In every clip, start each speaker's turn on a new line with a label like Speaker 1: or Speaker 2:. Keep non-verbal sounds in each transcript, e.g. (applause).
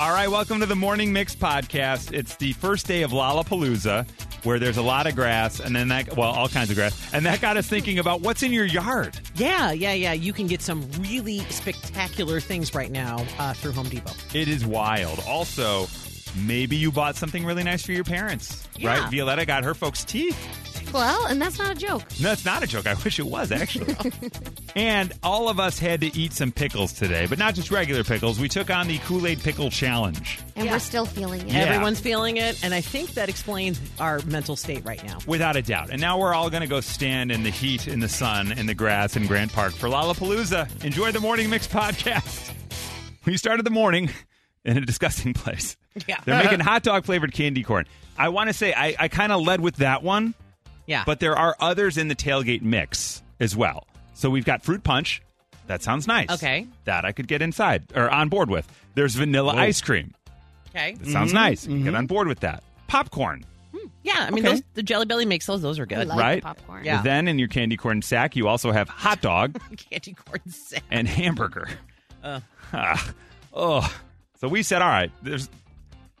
Speaker 1: All right, welcome to the Morning Mix podcast. It's the first day of Lollapalooza, where there's a lot of grass, and then that, well, all kinds of grass, and that got us thinking about what's in your yard.
Speaker 2: Yeah, yeah, yeah. You can get some really spectacular things right now uh, through Home Depot.
Speaker 1: It is wild. Also, maybe you bought something really nice for your parents,
Speaker 2: Yeah.
Speaker 1: right? Violetta got her folks' teeth.
Speaker 3: Well, and that's not a joke.
Speaker 1: No, it's not a joke. I wish it was, actually. and all of us had to eat some pickles today, but not just regular pickles. We took on the Kool Aid Pickle Challenge.
Speaker 3: And
Speaker 2: Yeah.
Speaker 3: we're still feeling it.
Speaker 1: Yeah.
Speaker 2: Everyone's feeling it, and I think that explains our mental state right now.
Speaker 1: Without a doubt. And now we're all going to go stand in the heat, in the sun, in the grass in Grant Park for Lollapalooza. Enjoy the Morning Mix podcast. We started the morning in a disgusting place.
Speaker 2: (laughs) Yeah.
Speaker 1: They're making hot dog flavored candy corn. I want to say I, I kind of led with that one,
Speaker 2: Yeah,
Speaker 1: but there are others in the tailgate mix as well. So we've got fruit punch. That sounds nice.
Speaker 2: Okay.
Speaker 1: That I could get inside or on board with. There's vanilla ice cream.
Speaker 2: okay.
Speaker 1: That sounds nice.
Speaker 2: Mm-hmm.
Speaker 1: Get on board with that. Popcorn.
Speaker 2: Yeah, I mean,
Speaker 1: Okay.
Speaker 2: those, the Jelly Belly makes those; those are
Speaker 3: I
Speaker 2: good.
Speaker 3: love
Speaker 1: right?
Speaker 3: the popcorn.
Speaker 2: Yeah.
Speaker 1: Then in your candy corn sack, you also have hot
Speaker 3: (laughs)
Speaker 1: dog
Speaker 2: Candy corn sack.
Speaker 1: and hamburger.
Speaker 2: Uh.
Speaker 1: Ah, oh, so we said, all right, there's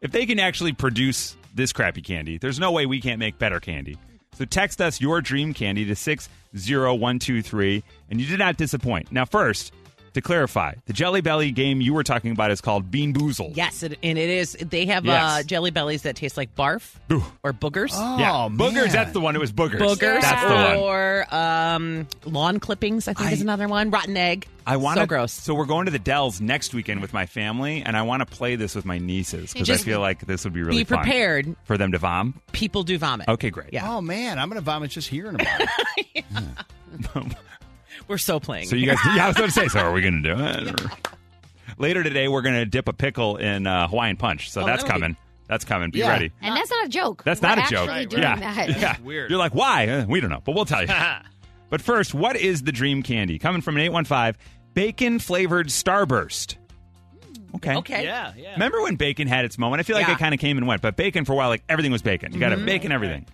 Speaker 1: if they can actually produce this crappy candy, there's no way we can't make better candy. So text us your dream candy to six zero one two three, and you did not disappoint. Now, first, to clarify, the Jelly Belly game you were talking about is called Bean Boozled.
Speaker 2: Yes, it, and it is. They have uh,
Speaker 1: Yes.
Speaker 2: Jelly Bellies that taste like barf
Speaker 1: Boo.
Speaker 2: or boogers.
Speaker 1: Yeah.
Speaker 4: Oh,
Speaker 1: boogers.
Speaker 4: man.
Speaker 1: That's the one. It was boogers.
Speaker 2: Boogers
Speaker 1: That's the one.
Speaker 2: or um, lawn clippings, I think is another one. Rotten egg.
Speaker 1: I want
Speaker 2: so gross.
Speaker 1: So we're going to the Dells next weekend with my family, and I want to play this with my nieces because I
Speaker 2: Just
Speaker 1: feel like this would be really
Speaker 2: Be
Speaker 1: fun
Speaker 2: prepared.
Speaker 1: for them to vom.
Speaker 2: People do vomit.
Speaker 1: Okay, great.
Speaker 2: Yeah.
Speaker 4: Oh man, I'm gonna vomit just hearing about it.
Speaker 2: We're so playing.
Speaker 1: So you guys, yeah, I was going to say. So are we going to do
Speaker 2: (laughs)
Speaker 1: it? or- Later today, we're going to dip a pickle in uh, Hawaiian punch. So
Speaker 2: Oh,
Speaker 1: that's
Speaker 2: that would be-
Speaker 1: coming. That's coming. Be
Speaker 4: Yeah.
Speaker 1: ready.
Speaker 3: And that's not a joke.
Speaker 1: That's
Speaker 3: We're
Speaker 1: not a joke.
Speaker 3: actually Doing
Speaker 1: yeah.
Speaker 3: That.
Speaker 1: yeah.
Speaker 4: weird.
Speaker 1: You're like, why? Uh, we don't know, but we'll tell you. but first, what is the dream candy? Coming from an 815 bacon flavored starburst. Okay.
Speaker 2: okay.
Speaker 4: yeah, yeah.
Speaker 1: Remember when bacon had its moment? I feel like
Speaker 2: Yeah. Mm-hmm.
Speaker 1: it kind of came and went, but bacon for a while, like everything was bacon. You got to bacon everything.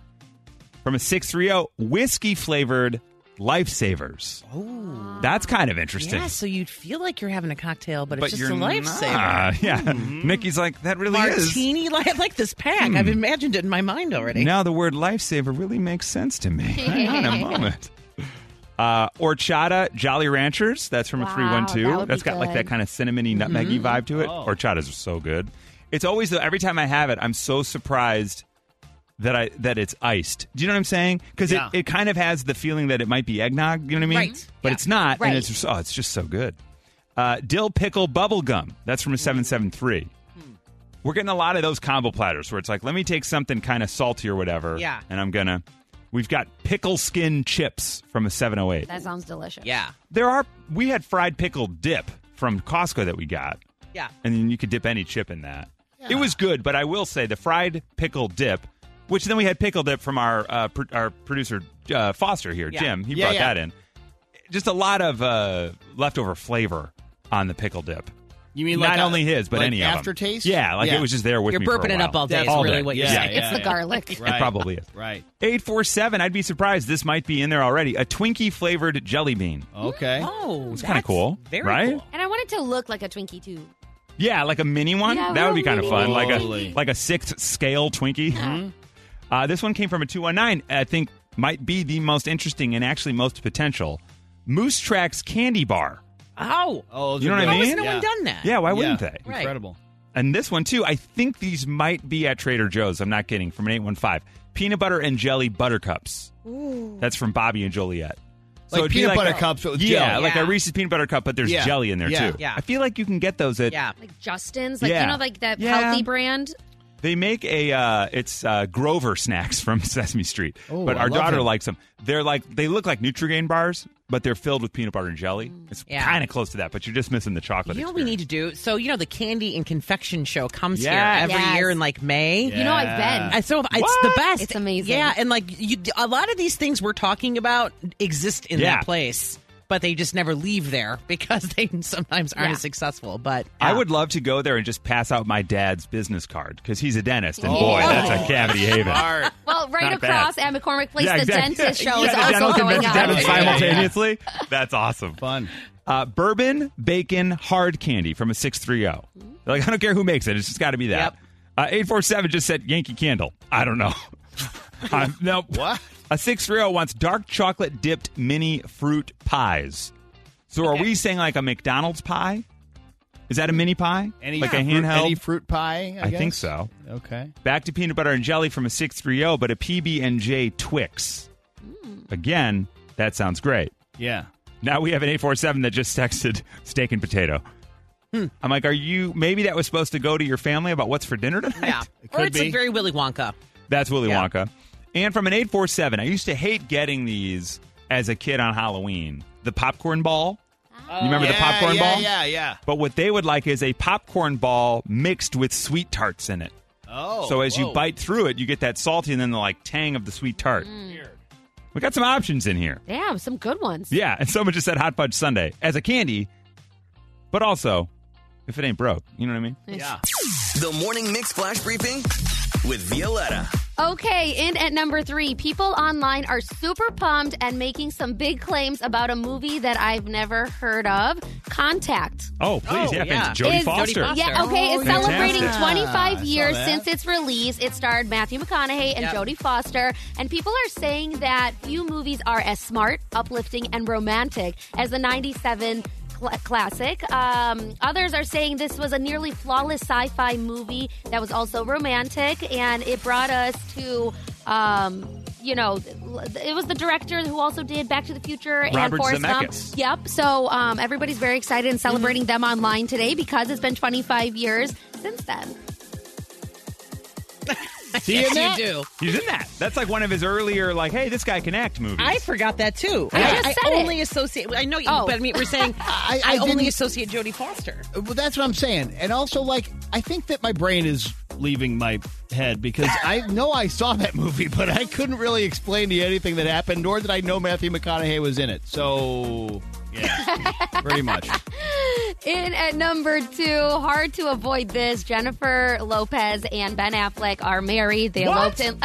Speaker 1: From a 630, whiskey flavored lifesavers. Oh. That's kind of interesting.
Speaker 2: Yeah, so you'd feel like you're having a cocktail, but,
Speaker 1: but
Speaker 2: it's just
Speaker 1: you're
Speaker 2: a
Speaker 1: not. (laughs)
Speaker 2: lifesaver. Mm-hmm.
Speaker 1: Yeah. Mickey's like, that really is. Hmm.
Speaker 2: Martini, li- I like this pack. I've imagined it in my mind already.
Speaker 1: Now the word lifesaver really makes sense to
Speaker 3: (laughs)
Speaker 1: me. Hang on a moment. Uh, horchata Jolly Ranchers. That's from
Speaker 3: Wow,
Speaker 1: a 312.
Speaker 3: that would
Speaker 1: has
Speaker 3: be
Speaker 1: got like
Speaker 3: good. Mm-hmm.
Speaker 1: that kind of cinnamony, nutmeggy vibe to it. Horchatas are so good. It's always, though, every time I have it, I'm so surprised that I that it's iced. Do you know what I'm saying? Because
Speaker 4: Yeah.
Speaker 1: it, it kind of has the feeling that it might be eggnog. You know what I mean?
Speaker 2: Right.
Speaker 1: But
Speaker 2: Yeah.
Speaker 1: it's not.
Speaker 3: Right.
Speaker 1: And it's just, oh, it's just so good. Uh, dill pickle bubble gum. That's from a 773. We're getting a lot of those combo platters where it's like, let me take something kind of salty or whatever.
Speaker 2: Yeah.
Speaker 1: And I'm gonna. We've got pickle skin chips from a 708.
Speaker 3: That sounds delicious.
Speaker 2: Yeah.
Speaker 1: There are. We had fried pickle dip from Costco that we got,
Speaker 2: Yeah.
Speaker 1: and then you could dip any chip in that. It was good, but I will say the fried pickle dip, which then we had pickle dip from our uh, pr- our producer uh, Foster here,
Speaker 2: Yeah.
Speaker 1: Jim. He
Speaker 4: Yeah,
Speaker 1: brought
Speaker 4: yeah.
Speaker 1: that in. Just a lot of uh, leftover flavor on the pickle dip.
Speaker 4: You mean
Speaker 1: Not
Speaker 4: like a-
Speaker 1: only his, but
Speaker 4: like
Speaker 1: any
Speaker 4: aftertaste?
Speaker 1: of them. Yeah, like it was just there with
Speaker 2: You're
Speaker 1: me for a
Speaker 2: burping it up
Speaker 1: while.
Speaker 2: all day, is
Speaker 1: All
Speaker 2: really
Speaker 1: day.
Speaker 2: what
Speaker 4: yeah,
Speaker 2: you're
Speaker 4: yeah,
Speaker 2: saying.
Speaker 3: It's the
Speaker 4: yeah.
Speaker 3: garlic.
Speaker 4: (laughs) Right.
Speaker 1: It probably is.
Speaker 4: Right.
Speaker 1: 847, I'd be surprised. This might be in there already. A Twinkie flavored jelly bean.
Speaker 4: Okay.
Speaker 2: Oh, it's
Speaker 1: kinda cool,
Speaker 2: Very
Speaker 1: right?
Speaker 2: cool.
Speaker 3: And I want it to look like a Twinkie, too.
Speaker 1: Yeah, like a mini one.
Speaker 3: Yeah,
Speaker 1: that would be
Speaker 3: little
Speaker 1: kind of fun.
Speaker 3: mini
Speaker 1: Like a
Speaker 4: Totally.
Speaker 1: like a sixth scale Twinkie. Uh, this one came from a two one nine. I think might be the most interesting and actually most potential. Moose Tracks candy bar.
Speaker 2: Oh,
Speaker 4: Oh, those
Speaker 1: You know
Speaker 4: are
Speaker 1: what I
Speaker 4: good.
Speaker 2: how
Speaker 1: mean?
Speaker 2: has no
Speaker 4: Yeah.
Speaker 2: one done that?
Speaker 1: Yeah, why wouldn't
Speaker 4: Yeah.
Speaker 1: they?
Speaker 2: Right. (laughs)
Speaker 4: Incredible.
Speaker 1: And this one too. I think these might be at Trader Joe's. I'm not kidding. From an eight one five. Peanut butter and jelly buttercups. That's from Bobby and Joliet.
Speaker 4: Like
Speaker 1: it'd be
Speaker 4: peanut butter cups, but with
Speaker 1: yeah,
Speaker 4: jelly.
Speaker 1: like
Speaker 2: Yeah.
Speaker 1: a Reese's peanut butter cup, but there's
Speaker 4: Yeah.
Speaker 1: jelly in there
Speaker 4: Yeah.
Speaker 1: too.
Speaker 2: Yeah.
Speaker 1: I feel like you can get those at
Speaker 2: Yeah.
Speaker 3: Like Justin's. Like,
Speaker 1: Yeah.
Speaker 3: you know, like that
Speaker 1: Yeah.
Speaker 3: healthy brand.
Speaker 1: They make a uh, it's uh, Grover snacks (laughs) from Sesame Street,
Speaker 4: Oh,
Speaker 1: but
Speaker 4: I
Speaker 1: our
Speaker 4: love
Speaker 1: daughter
Speaker 4: them.
Speaker 1: likes them. They're like they look like Nutrigrain bars, but they're filled with peanut butter and jelly. It's
Speaker 2: Yeah.
Speaker 1: kind of close to that, but you're just missing the chocolate.
Speaker 2: You know what we need to do? So, you know, the candy and confection show comes
Speaker 1: Yes.
Speaker 2: here every
Speaker 3: Yes.
Speaker 2: year in like May.
Speaker 3: You know, I've been.
Speaker 2: I so if- it's
Speaker 1: What?
Speaker 2: the best.
Speaker 3: It's amazing.
Speaker 2: Yeah, and like you, a lot of these things we're talking about exist in
Speaker 1: Yeah.
Speaker 2: that place, but they just never leave there (laughs) because they sometimes aren't
Speaker 3: Yeah.
Speaker 2: as successful. But
Speaker 1: I
Speaker 2: yeah.
Speaker 1: would love to go there and just pass out my dad's business card because he's a dentist, and
Speaker 4: Oh.
Speaker 1: boy, that's a cavity haven.
Speaker 4: Art.
Speaker 3: Well, right
Speaker 1: Not
Speaker 3: across
Speaker 1: bad.
Speaker 3: at McCormick Place, the
Speaker 1: exactly.
Speaker 3: dentist show
Speaker 1: Yeah,
Speaker 3: is
Speaker 1: the dental
Speaker 3: also going
Speaker 1: convention
Speaker 3: on.
Speaker 1: happens
Speaker 4: Yeah, yeah, yeah.
Speaker 1: simultaneously. (laughs) That's awesome.
Speaker 4: Fun.
Speaker 1: Uh, bourbon bacon hard candy from a six three zero. They're like, I don't care who makes it. It's just got to be that.
Speaker 2: Yep.
Speaker 1: Uh, 847 just said Yankee Candle. I don't know. (laughs) I'm, no.
Speaker 4: What?
Speaker 1: A 630 wants dark chocolate dipped mini fruit pies. So are we saying like a McDonald's pie? Is that a mini pie? like a
Speaker 4: fruit,
Speaker 1: handheld?
Speaker 4: any fruit pie? I,
Speaker 1: I think
Speaker 4: guess?
Speaker 1: so.
Speaker 4: Okay.
Speaker 1: Back to peanut butter and jelly from a 630, but a PB&J Twix.
Speaker 4: Hmm.
Speaker 1: Again, that sounds great.
Speaker 4: Yeah.
Speaker 1: Now we have an 847 that just texted steak and potato.
Speaker 4: Hmm.
Speaker 1: I'm like, are you, maybe that was supposed to go to your family about what's for dinner tonight?
Speaker 2: Yeah.
Speaker 4: It
Speaker 2: Or
Speaker 4: could
Speaker 2: it's
Speaker 4: be.
Speaker 2: like very Willy Wonka.
Speaker 1: (laughs) That's Willy
Speaker 2: Yeah.
Speaker 1: Wonka. And from an 847, I used to hate getting these as a kid on Halloween. The popcorn ball. You remember the
Speaker 4: Yeah,
Speaker 1: popcorn
Speaker 4: Oh, yeah,
Speaker 1: ball?
Speaker 4: Yeah, yeah.
Speaker 1: But what they would like is a popcorn ball mixed with sweet tarts in it.
Speaker 4: Oh.
Speaker 1: so as you
Speaker 4: whoa.
Speaker 1: bite through it, you get that salty and then the like tang of the sweet tart.
Speaker 2: Mm.
Speaker 1: We got some options in here.
Speaker 3: Damn, some good ones.
Speaker 1: Yeah, and (laughs) someone just said hot fudge sundae as a candy, but also if it ain't broke, you know what I
Speaker 2: (laughs)
Speaker 1: mean?
Speaker 4: Yeah.
Speaker 5: The Morning Mix Flash Briefing with Violetta.
Speaker 3: Okay, in at number three, people online are super pumped and making some big claims about a movie that I've never heard of Contact.
Speaker 1: Oh, please,
Speaker 2: Oh,
Speaker 1: yeah,
Speaker 2: yeah.
Speaker 1: fans- Jodie
Speaker 3: Is-
Speaker 1: Foster. Oh,
Speaker 2: Jodie Foster.
Speaker 3: Yeah, okay, it's
Speaker 1: Fantastic.
Speaker 3: celebrating
Speaker 1: Yeah,
Speaker 3: 25
Speaker 4: Ah, I saw
Speaker 3: years
Speaker 4: that.
Speaker 3: since its release. It starred Matthew McConaughey and
Speaker 2: Yep.
Speaker 3: Jodie Foster, and people are saying that few movies are as smart, uplifting, and romantic as the 97 cl- classic. Um, others are saying this was a nearly flawless sci fi movie that was also romantic, and it brought us to. Um, you know, it was the director who also did Back to the Future and
Speaker 1: Robert
Speaker 3: Forrest
Speaker 1: Zemeckis. Mm-hmm.
Speaker 3: Gump. Yep. So um, everybody's very excited and celebrating them online today because it's been 25 years since then.
Speaker 4: See
Speaker 2: yes,
Speaker 4: in that?
Speaker 2: you do.
Speaker 1: He's in that. That's like one of his earlier, like, hey, this guy can act movies.
Speaker 2: I forgot that too.
Speaker 3: I just
Speaker 2: I,
Speaker 3: said it.
Speaker 2: only associate. I know you,
Speaker 3: Oh.
Speaker 2: but I mean, we're (laughs) saying I,
Speaker 4: I- I
Speaker 2: only
Speaker 4: didn't-
Speaker 2: associate Jodie Foster.
Speaker 4: Well, that's what I'm saying. And also, like, I think that my brain is leaving my head because
Speaker 1: (laughs)
Speaker 4: I know I saw that movie, but I couldn't really explain to you anything that happened, nor did I know Matthew McConaughey was in it. So,
Speaker 1: (laughs)
Speaker 4: yeah, pretty much.
Speaker 3: In at number two, hard to avoid this. Jennifer Lopez and Ben Affleck are married. They eloped in.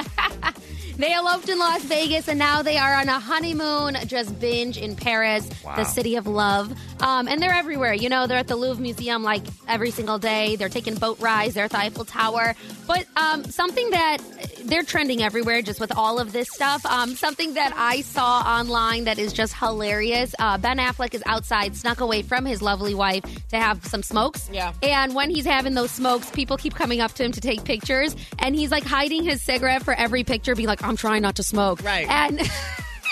Speaker 3: They eloped in Las Vegas and now they are on a honeymoon, just binge in Paris,
Speaker 1: Wow.
Speaker 3: the city of love. Um, and they're everywhere. You know, they're at the Louvre Museum like every single day. They're taking boat rides, they're at the Eiffel Tower. But um, something that they're trending everywhere just with all of this stuff. Um, something that I saw online that is just hilarious. Uh, ben Affleck is outside, snuck away from his lovely wife to have some smokes.
Speaker 2: Yeah.
Speaker 3: And when he's having those smokes, people keep coming up to him to take pictures, and he's like hiding his cigarette for every picture, being like, "I'm trying not to smoke."
Speaker 2: Right. Mm-hmm.
Speaker 3: And (laughs)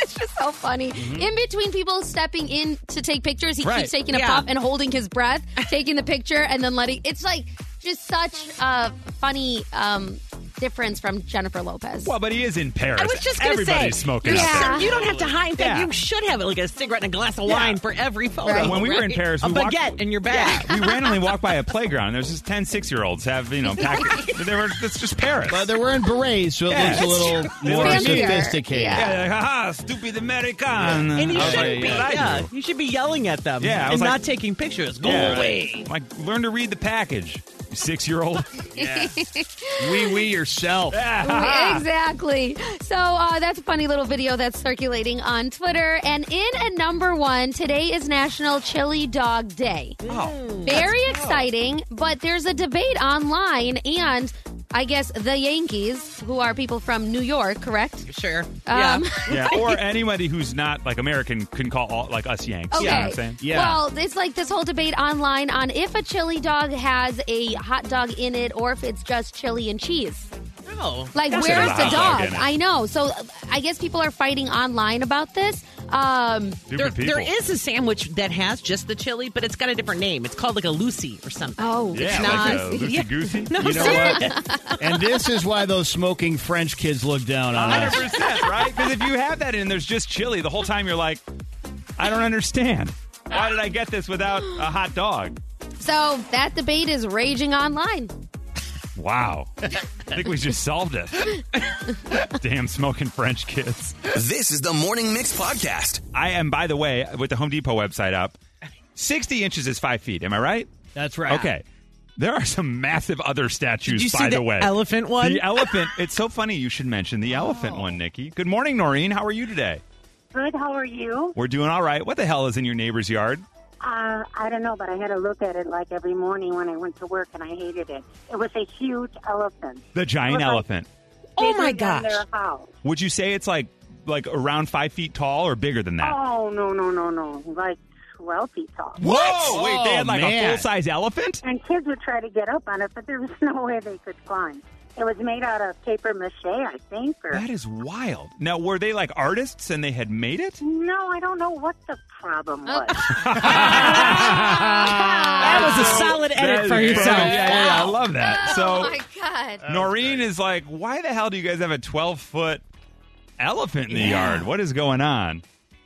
Speaker 3: it's just so funny. In between people stepping in to take pictures, he
Speaker 1: Right.
Speaker 3: keeps taking a
Speaker 2: Yeah.
Speaker 3: puff and holding
Speaker 2: (laughs)
Speaker 3: his breath, taking the picture, and then letting. It's like just such a funny um, difference from Jennifer Lopez.
Speaker 1: Well, but he is in Paris.
Speaker 2: I was just gonna
Speaker 1: Everybody's
Speaker 2: say,
Speaker 1: smoking
Speaker 3: you're
Speaker 1: out there.
Speaker 3: Yeah.
Speaker 2: You don't have to hide that.
Speaker 1: Yeah.
Speaker 2: You should have like a cigarette and a glass of
Speaker 1: Yeah.
Speaker 2: wine for every photo.
Speaker 3: Right.
Speaker 1: When we were in
Speaker 2: right?
Speaker 1: Paris,
Speaker 2: a
Speaker 1: we walked-
Speaker 2: baguette in your bag.
Speaker 1: We randomly walked by a playground, and there's just 10 six year olds have, you
Speaker 2: (laughs)
Speaker 1: know, packed. they were, that's just Paris.
Speaker 4: But they're wearing berets, so it
Speaker 1: Yeah.
Speaker 4: looks a
Speaker 1: That's
Speaker 4: little
Speaker 1: true.
Speaker 4: more
Speaker 1: Fancier.
Speaker 4: sophisticated.
Speaker 3: Yeah.
Speaker 1: yeah, they're like, haha, stupid American.
Speaker 2: And you
Speaker 1: I was
Speaker 2: shouldn't
Speaker 1: like,
Speaker 2: be.
Speaker 1: "What I do?"
Speaker 2: Yeah, you should be yelling at them.
Speaker 1: Yeah, I
Speaker 2: and
Speaker 1: was like-
Speaker 2: not taking pictures. Go
Speaker 1: Yeah.
Speaker 2: away.
Speaker 1: Like, learn to read the package, six year
Speaker 2: (laughs)
Speaker 1: old.
Speaker 4: Wee wee yourself.
Speaker 3: exactly. So uh, that's a funny little video that's circulating on Twitter. And in at number one, today is National Chili Dog Day.
Speaker 2: Oh,
Speaker 3: Hmm. Very exciting, but there's a debate online and. I guess the Yankees, who are people from New York, correct?
Speaker 2: Sure.
Speaker 3: Um,
Speaker 2: (laughs) yeah.
Speaker 1: Yeah, or anybody who's not like American can call all, like us Yanks.
Speaker 3: (laughs) Okay.
Speaker 1: You know what I'm saying?
Speaker 4: Yeah.
Speaker 3: Well, it's like this whole debate online on if a chili dog has a hot dog in it or if it's just chili and cheese.
Speaker 2: No.
Speaker 3: Like,
Speaker 1: That's
Speaker 3: where's
Speaker 1: a
Speaker 3: the
Speaker 1: hot dog
Speaker 3: dog?
Speaker 1: in it.
Speaker 3: I know. So uh, I guess people are fighting online about this. Um,
Speaker 2: There,
Speaker 1: Stupid people.
Speaker 2: there is a sandwich that has just the chili, but it's got a different name. It's called like a Lucy or something.
Speaker 3: oh,
Speaker 1: Yeah,
Speaker 3: it's
Speaker 1: like
Speaker 3: not.
Speaker 1: a
Speaker 2: Yeah.
Speaker 1: loosey goosey.
Speaker 2: No,
Speaker 4: You
Speaker 1: (laughs)
Speaker 4: know what? and this is why those smoking French kids look down on us.
Speaker 1: 100%, right? Because if you have that in, there's just chili the whole time. You're like, I don't understand. Why did I get this without a hot dog?
Speaker 3: So that debate is raging
Speaker 1: (laughs)
Speaker 3: online.
Speaker 1: Wow. I think we just solved it. Damn smoking French kids.
Speaker 5: This is the Morning Mix Podcast.
Speaker 1: I am, by the way, with the Home Depot website up, 60 inches is five feet. Am I right?
Speaker 4: That's right.
Speaker 1: Okay. There are some massive other statues,
Speaker 2: Did you see
Speaker 1: by the,
Speaker 2: the
Speaker 1: way.
Speaker 2: elephant one?
Speaker 1: The elephant. It's so funny you should mention the elephant one, Nikki. Good morning, Noreen. How are you today?
Speaker 6: Good. How are you?
Speaker 1: We're doing all right. What the hell is in your neighbor's yard?
Speaker 6: Uh, I don't know, but I had to look at it like every morning when I went to work, and I hated it. It was a huge elephant.
Speaker 1: The giant
Speaker 6: It was like
Speaker 1: elephant.
Speaker 2: Oh my
Speaker 6: bigger
Speaker 2: gosh.
Speaker 6: than Their house.
Speaker 1: Would you say it's like like around five feet tall or bigger than that?
Speaker 6: Oh no no no no! Like twelve feet tall.
Speaker 1: Whoa! Wait, they had like
Speaker 4: Oh, man.
Speaker 1: a full size elephant?
Speaker 6: And kids would try to get up on it, but there was (laughs) no way they could climb. It was made out of paper mache, I think. Or
Speaker 1: That is wild. Now, were they like artists and they had made it?
Speaker 6: no, I don't know what the problem
Speaker 2: Uh,
Speaker 6: was.
Speaker 2: (laughs) That was a solid edit for yourself.
Speaker 1: Yeah, yeah, yeah, I love that.
Speaker 3: (laughs) oh
Speaker 1: So
Speaker 3: my god.
Speaker 1: Noreen is like, why the hell do you guys have a 12 foot elephant in the yard? What is going on?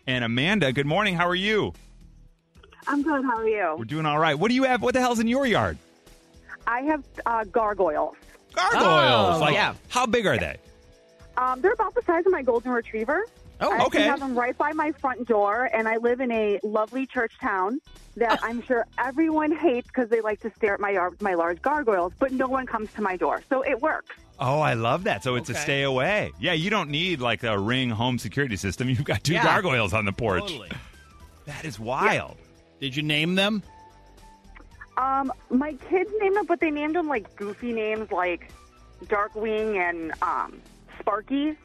Speaker 1: And Amanda, good morning. How are you?
Speaker 7: I'm good. How are
Speaker 1: We're
Speaker 7: you?
Speaker 1: doing all right. What do you have? What the hell's in your yard?
Speaker 7: I have uh, gargoyles.
Speaker 1: Gargoyles.
Speaker 2: Oh,
Speaker 1: like,
Speaker 2: yeah.
Speaker 1: how big are they?
Speaker 7: Um, they're about the size of my golden retriever.
Speaker 1: Oh,
Speaker 7: I actually
Speaker 1: okay.
Speaker 7: have them right by my front door, and I live in a lovely church town that I'm sure everyone hates because they like to stare at my yar- my large gargoyles, but no one comes to my door, so it works.
Speaker 1: Oh, I love that. So it's a
Speaker 2: Okay.
Speaker 1: stay away. Yeah, you don't need like a ring home security system. You've got two
Speaker 2: Yeah.
Speaker 1: gargoyles on the porch.
Speaker 4: Totally.
Speaker 1: That is wild.
Speaker 4: Did you name them?
Speaker 7: Um, my kids named them, but they named them like goofy names like Darkwing and um, Sparky.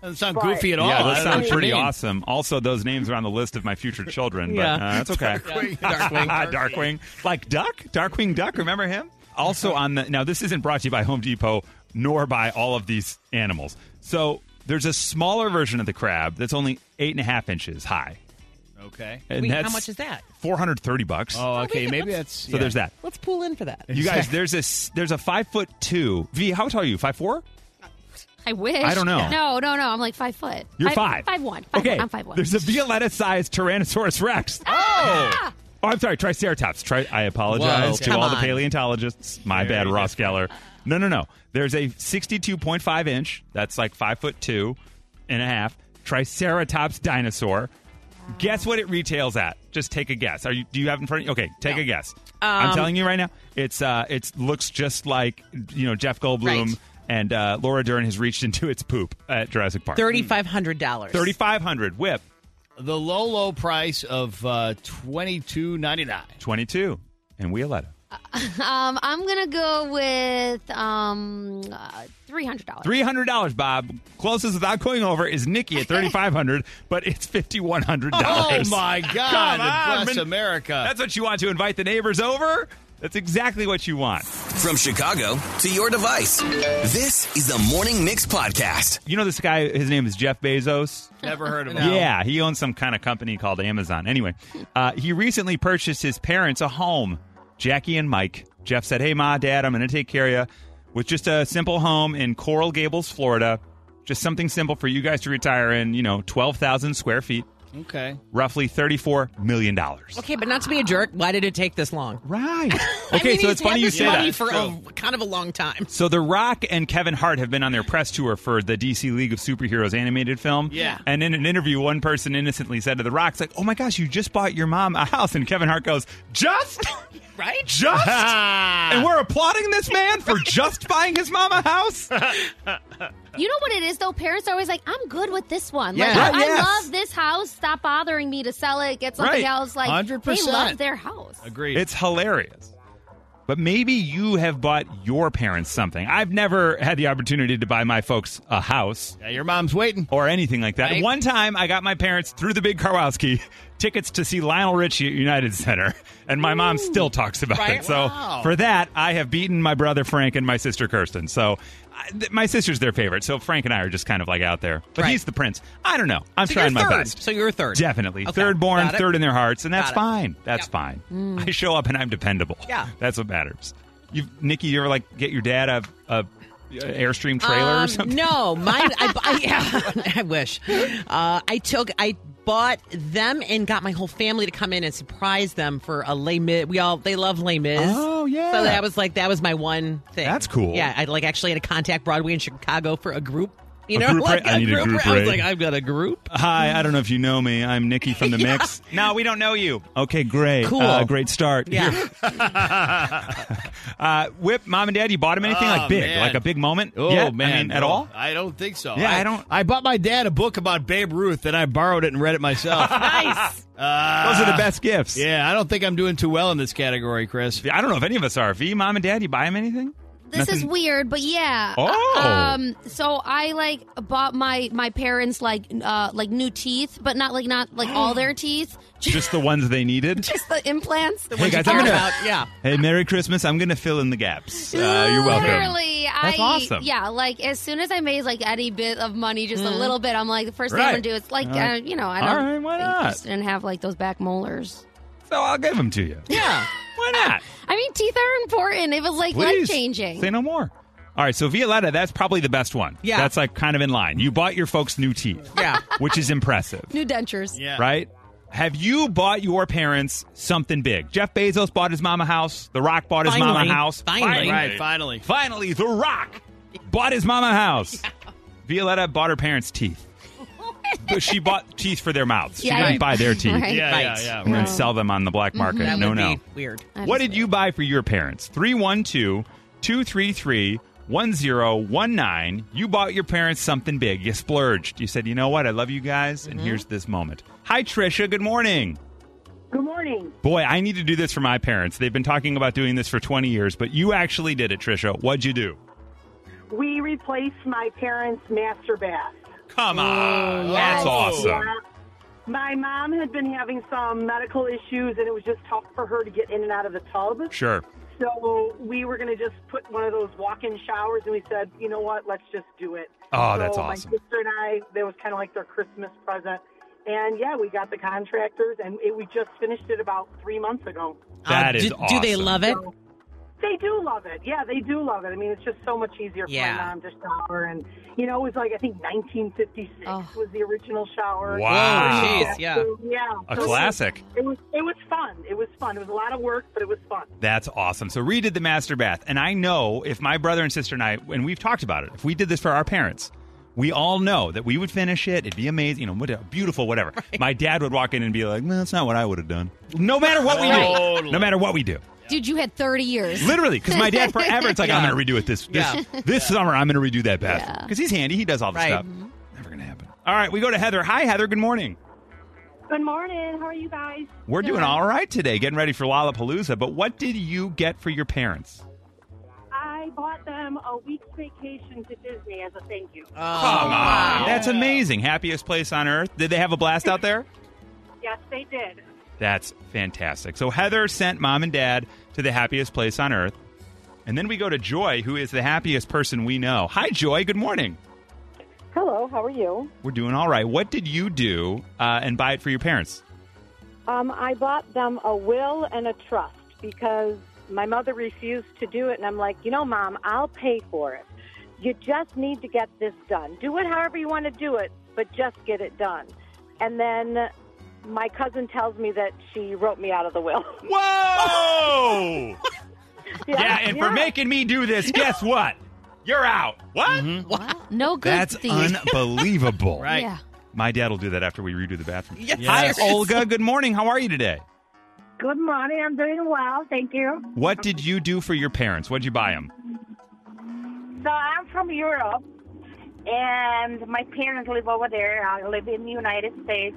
Speaker 4: Doesn't sound
Speaker 7: Right.
Speaker 4: goofy at all. I
Speaker 2: Oh,
Speaker 1: that
Speaker 4: don't know
Speaker 1: sounds
Speaker 4: what you
Speaker 1: pretty
Speaker 4: mean.
Speaker 1: awesome. Also, those names are on the list of my future children,
Speaker 2: Yeah.
Speaker 1: but uh, that's okay. (laughs)
Speaker 4: Darkwing, Darkwing.
Speaker 1: Darkwing. Like Duck? Darkwing Duck, remember him? Also on the now this isn't brought to you by Home Depot nor by all of these animals. So there's a smaller version of the crab that's only eight and a half inches high.
Speaker 4: Okay.
Speaker 1: And
Speaker 2: Wait, how
Speaker 1: that's
Speaker 2: much is that?
Speaker 1: Four hundred thirty bucks.
Speaker 4: Oh, okay.
Speaker 2: wait,
Speaker 4: Maybe
Speaker 2: let's-
Speaker 4: that's
Speaker 1: So there's that.
Speaker 2: Let's pull in for that.
Speaker 1: You
Speaker 2: (laughs)
Speaker 1: guys, there's a s- there's a five foot two. V, how tall are you? Five four?
Speaker 3: I wish.
Speaker 1: I don't know.
Speaker 3: No, no, no. I'm like five foot.
Speaker 1: You're
Speaker 3: I-
Speaker 1: five.
Speaker 3: Five one. Five
Speaker 1: okay,
Speaker 3: one. I'm five one.
Speaker 1: There's a Violetta sized Tyrannosaurus
Speaker 3: (laughs)
Speaker 1: Rex. Oh.
Speaker 3: Ah!
Speaker 1: Oh, I'm sorry, Triceratops. Tri- I apologize
Speaker 2: Whoa,
Speaker 1: to
Speaker 2: come
Speaker 1: all the
Speaker 2: on.
Speaker 1: paleontologists. My bad, Ross Geller. No, no, no. There's a 62.5 inch. That's like five foot two and a half. Triceratops dinosaur. Guess what it retails at? Just take a guess. Are you? Do you have in front? of you? Okay, take a guess.
Speaker 3: Um,
Speaker 1: I'm telling you right now, it's uh, it looks just like you know Jeff Goldblum
Speaker 2: Right.
Speaker 1: and uh, Laura Dern has reached into its poop at Jurassic Park.
Speaker 2: Thirty-five hundred dollars.
Speaker 1: Thirty-five hundred whip,
Speaker 4: the low, low price of uh, twenty two ninety nine.
Speaker 1: twenty-two, and Violetta.
Speaker 3: um, I'm gonna go with um uh, three hundred dollars.
Speaker 1: Three hundred dollars, Bob. Closest without going over is Nikki at thirty-five hundred, but it's fifty-one hundred
Speaker 4: Oh
Speaker 1: dollars.
Speaker 4: my God!
Speaker 1: Come on,
Speaker 4: bless
Speaker 1: man.
Speaker 4: America.
Speaker 1: That's what you want to invite the neighbors over. That's exactly what you want.
Speaker 5: From Chicago to your device, this is the Morning Mix Podcast.
Speaker 1: You know this guy. His name is Jeff Bezos.
Speaker 4: Never heard (laughs) of it.
Speaker 1: Yeah, he owns some kind of company called Amazon. Anyway, uh, he recently purchased his parents a home, Jackie and Mike. Jeff said, Hey, Ma, Dad, I'm going to take care of you with just a simple home in Coral Gables, Florida. Just something simple for you guys to retire in, you know, 12,000 square feet,
Speaker 4: Okay.
Speaker 1: roughly $34 million.
Speaker 2: Okay, but not to be a jerk. Why did it take this long?
Speaker 1: Right.
Speaker 2: (laughs) I
Speaker 1: Okay,
Speaker 2: mean,
Speaker 1: so
Speaker 2: he's
Speaker 1: it's funny
Speaker 2: had
Speaker 1: you
Speaker 2: this
Speaker 1: say
Speaker 2: money
Speaker 1: that.
Speaker 2: for a, kind of a long time. (laughs)
Speaker 1: So The Rock and Kevin Hart have been on their press tour for the DC League of Superheroes animated film.
Speaker 4: Yeah.
Speaker 1: And in an interview, one person innocently said to The Rock's like, "Oh my gosh, you just bought your mom a house," and Kevin Hart goes, "Just."
Speaker 2: Right?
Speaker 1: Just? and we're applauding this man for just buying his mom a house?
Speaker 3: You know what it is though? Parents are always like, "I'm good with this one.
Speaker 4: Yeah.
Speaker 3: Like,
Speaker 4: Right,
Speaker 3: I
Speaker 1: yes.
Speaker 3: love this house. Stop bothering me to sell it. Get something
Speaker 1: Right.
Speaker 3: else." Like, they
Speaker 4: 100%.
Speaker 3: love their house.
Speaker 4: Agreed.
Speaker 1: It's hilarious. But maybe you have bought your parents something. I've never had the opportunity to buy my folks a house.
Speaker 4: Yeah, your mom's waiting.
Speaker 1: or anything like that.
Speaker 2: Right.
Speaker 1: One time, I got my parents through the big Karwowski (laughs) tickets to see Lionel Richie at United Center, and my mom still talks about
Speaker 2: Right.
Speaker 1: it. So
Speaker 4: Wow.
Speaker 1: for that, I have beaten my brother Frank and my sister Kirsten. So I, th- my sister's their favorite. So Frank and I are just kind of like out there, but
Speaker 2: Right.
Speaker 1: he's the prince. I don't know. I'm
Speaker 2: So you're
Speaker 1: trying my
Speaker 2: third.
Speaker 1: best.
Speaker 2: So you're third.
Speaker 1: Definitely.
Speaker 2: Okay.
Speaker 1: Third born,
Speaker 2: Got it.
Speaker 1: third in their hearts, and that's
Speaker 2: Got it.
Speaker 1: fine. That's
Speaker 2: Yep. Mm.
Speaker 1: fine. I show up and I'm dependable.
Speaker 2: Yeah.
Speaker 1: That's what matters. You, Nikki, you ever like get your dad a, a, a Airstream trailer or
Speaker 2: Um,
Speaker 1: something?
Speaker 2: No, mine. I, bu- I,
Speaker 1: (laughs)
Speaker 2: yeah, I (laughs) wish. Uh, I took. I bought them and got my whole family to come in and surprise them for a Les Mis. We all they love Les Mis.
Speaker 1: Oh, yeah.
Speaker 2: So that was like that was my one thing.
Speaker 1: That's cool.
Speaker 2: Yeah, I like actually had to contact Broadway in Chicago for a group You
Speaker 1: A
Speaker 2: know,
Speaker 1: group
Speaker 2: like
Speaker 1: rate? I need a group
Speaker 2: I was
Speaker 1: rate.
Speaker 2: like, I've got
Speaker 1: (laughs)
Speaker 2: a group.
Speaker 1: Hi, I don't know if you know me. I'm Nikki from (laughs) the Mix. No, we don't know you. Okay, great.
Speaker 2: Cool.
Speaker 1: Uh, great start. (laughs)
Speaker 2: Yeah.
Speaker 1: Uh, Whip, mom and dad, you bought him anything
Speaker 4: Oh,
Speaker 1: like big,
Speaker 4: man.
Speaker 1: like a big moment?
Speaker 4: Oh
Speaker 1: yeah,
Speaker 4: man,
Speaker 1: I mean, at
Speaker 4: no,
Speaker 1: all?
Speaker 4: I don't think so.
Speaker 1: Yeah,
Speaker 4: I,
Speaker 1: I don't-
Speaker 4: I bought my dad a book about Babe Ruth, and I borrowed it and read
Speaker 1: (laughs)
Speaker 4: it myself.
Speaker 2: nice.
Speaker 4: Uh,
Speaker 1: Those are the best gifts.
Speaker 4: Yeah, I don't think I'm doing too well in this category, Chris.
Speaker 1: I don't know if any of us are. V, mom and dad, you buy him anything?
Speaker 3: This is
Speaker 1: Nothing-
Speaker 3: weird, but yeah.
Speaker 1: Oh.
Speaker 3: Um. So I like bought my my parents like uh like new teeth, but not like not like
Speaker 1: (gasps)
Speaker 3: all their teeth, (laughs) just
Speaker 1: Just the ones they (laughs) needed.
Speaker 3: the
Speaker 1: (laughs)
Speaker 3: implants.
Speaker 1: Hey, guys,
Speaker 2: Cared
Speaker 1: I'm gonna-
Speaker 2: about, yeah.
Speaker 1: Hey, Merry Christmas. I'm going to fill in the gaps. Uh, you're welcome.
Speaker 3: Literally,
Speaker 1: That's
Speaker 3: I,
Speaker 1: awesome. Mm.
Speaker 3: Yeah, like as soon as I made like any bit of money, just a little bit, I'm like the first thing
Speaker 1: Right.
Speaker 3: I'm gonna do. It's like uh,
Speaker 1: Alright.
Speaker 3: you know, I
Speaker 1: All
Speaker 3: don't.
Speaker 1: right, why
Speaker 3: I
Speaker 1: not?
Speaker 3: just didn't have like those back molars.
Speaker 1: So I'll give them to you.
Speaker 2: Yeah.
Speaker 1: (laughs) Why not?
Speaker 3: I mean, teeth are important. It was like
Speaker 1: Please.
Speaker 3: life changing.
Speaker 1: Say no more. All right, so Violetta, that's probably the best one.
Speaker 2: Yeah.
Speaker 1: That's like kind of in line. You bought your folks new teeth.
Speaker 2: Yeah.
Speaker 1: Which is impressive.
Speaker 3: New dentures.
Speaker 4: Yeah.
Speaker 1: Right? Have you bought your parents something big? Jeff Bezos bought his mom a house. The Rock bought his mom
Speaker 2: Finally.
Speaker 1: a house.
Speaker 2: Finally.
Speaker 4: Right, finally.
Speaker 1: Finally, The Rock bought his mom a
Speaker 2: (laughs)
Speaker 1: house. Violetta bought her parents' teeth. but she bought teeth for their mouths. She
Speaker 3: Yeah,
Speaker 1: didn't
Speaker 2: right.
Speaker 1: buy their teeth.
Speaker 3: Right.
Speaker 4: Yeah,
Speaker 2: Right. Mm-hmm.
Speaker 4: yeah,
Speaker 1: I'm (laughs)
Speaker 4: yeah.
Speaker 1: going to sell them on the black market.
Speaker 2: That
Speaker 1: no,
Speaker 2: would
Speaker 1: no.
Speaker 2: be weird.
Speaker 3: I
Speaker 1: What
Speaker 3: just-
Speaker 1: did you buy for your parents? 312 233 1019. You bought your parents something big. You splurged. You said, you know what? I love you guys,
Speaker 3: Mm-hmm.
Speaker 1: and here's this moment. Hi, Trisha. Good morning.
Speaker 6: Good morning.
Speaker 1: Boy, I need to do this for my parents. They've been talking about doing this for 20 years, but you actually did it, Trisha. What'd you do?
Speaker 6: We replaced my parents' master bath.
Speaker 1: Come on.
Speaker 3: yes.
Speaker 1: That's awesome.
Speaker 6: Yeah. My mom had been having some medical issues, and it was just tough for her to get in and out of the tub.
Speaker 1: Sure.
Speaker 6: So we were going to just put one of those walk-in showers, and we said, you know what? Let's just do it.
Speaker 1: Oh,
Speaker 6: so
Speaker 1: that's
Speaker 6: my
Speaker 1: awesome.
Speaker 6: sister and I, that was kind of like their Christmas present. And yeah, we got the contractors, and it, we just finished it about three months ago.
Speaker 1: That
Speaker 2: Uh,
Speaker 1: is
Speaker 2: do, do they
Speaker 1: awesome.
Speaker 2: love it?
Speaker 6: So they do love it. Yeah, they do love it. I mean, it's just so much easier for
Speaker 2: Yeah.
Speaker 6: my mom to shower, and you know, it was like I think 1956
Speaker 3: Oh.
Speaker 6: was the original shower.
Speaker 1: Wow.
Speaker 2: Whoa, jeez, yeah.
Speaker 6: So, yeah.
Speaker 1: A
Speaker 6: So it was-
Speaker 1: classic.
Speaker 6: It was it was fun. It was fun. It was a lot of work, but it was fun.
Speaker 1: That's awesome. So Reed did the master bath, and I know if my brother and sister and I, and we've talked about it, if we did this for our parents, we all know that we would finish it. It'd be amazing, you know, what- beautiful, whatever.
Speaker 2: (laughs)
Speaker 1: My dad would walk in and be like, "No, that's not what I would have done." No matter what we do,
Speaker 4: Totally.
Speaker 1: no matter what we do,
Speaker 3: Dude, you had 30 years.
Speaker 1: literally, because my dad forever, it's like, "I'm going to redo it this this,
Speaker 2: Yeah.
Speaker 1: this summer. I'm going to redo that bath because he's handy. He does all the
Speaker 2: Right.
Speaker 1: stuff. Never going to happen." All right, we go to Heather. Hi, Heather. Good morning.
Speaker 6: Good morning. How are you guys?
Speaker 1: We're doing all right today, getting ready for Lollapalooza. But what did you get for your parents?
Speaker 6: I bought them a week's vacation to Disney as a thank you.
Speaker 2: Uh,
Speaker 1: Come on.
Speaker 2: wow.
Speaker 1: That's amazing. Happiest place on earth. Did they have a blast out there?
Speaker 6: Yes, they did.
Speaker 1: That's fantastic. So Heather sent mom and dad to the happiest place on earth. And then we go to Joy, who is the happiest person we know. Hi, Joy. Good morning.
Speaker 8: Hello, how are you?
Speaker 1: We're doing all right. What did you do uh, and buy it for your parents?
Speaker 8: Um, I bought them a will and a trust because my mother refused to do it, and I'm like, you know, Mom, I'll pay for it. You just need to get this done. Do it however you want to do it, but just get it done. And then my cousin tells me that she wrote me out of the will. (laughs)
Speaker 1: Whoa!
Speaker 8: yeah,
Speaker 1: (laughs) yeah, and for making me do this, guess what? You're out. What?
Speaker 3: No good
Speaker 1: That's
Speaker 3: (laughs) deed.
Speaker 1: unbelievable.
Speaker 4: Right.
Speaker 3: Yeah.
Speaker 1: My dad will do that after we redo the bathroom.
Speaker 2: Yes.
Speaker 1: Hi, Olga. Good morning. How are you today?
Speaker 6: Good morning. I'm doing well. Thank you.
Speaker 1: What did you do for your parents? What did you buy them?
Speaker 6: So I'm from Europe, and my parents live over there. I live in the United States.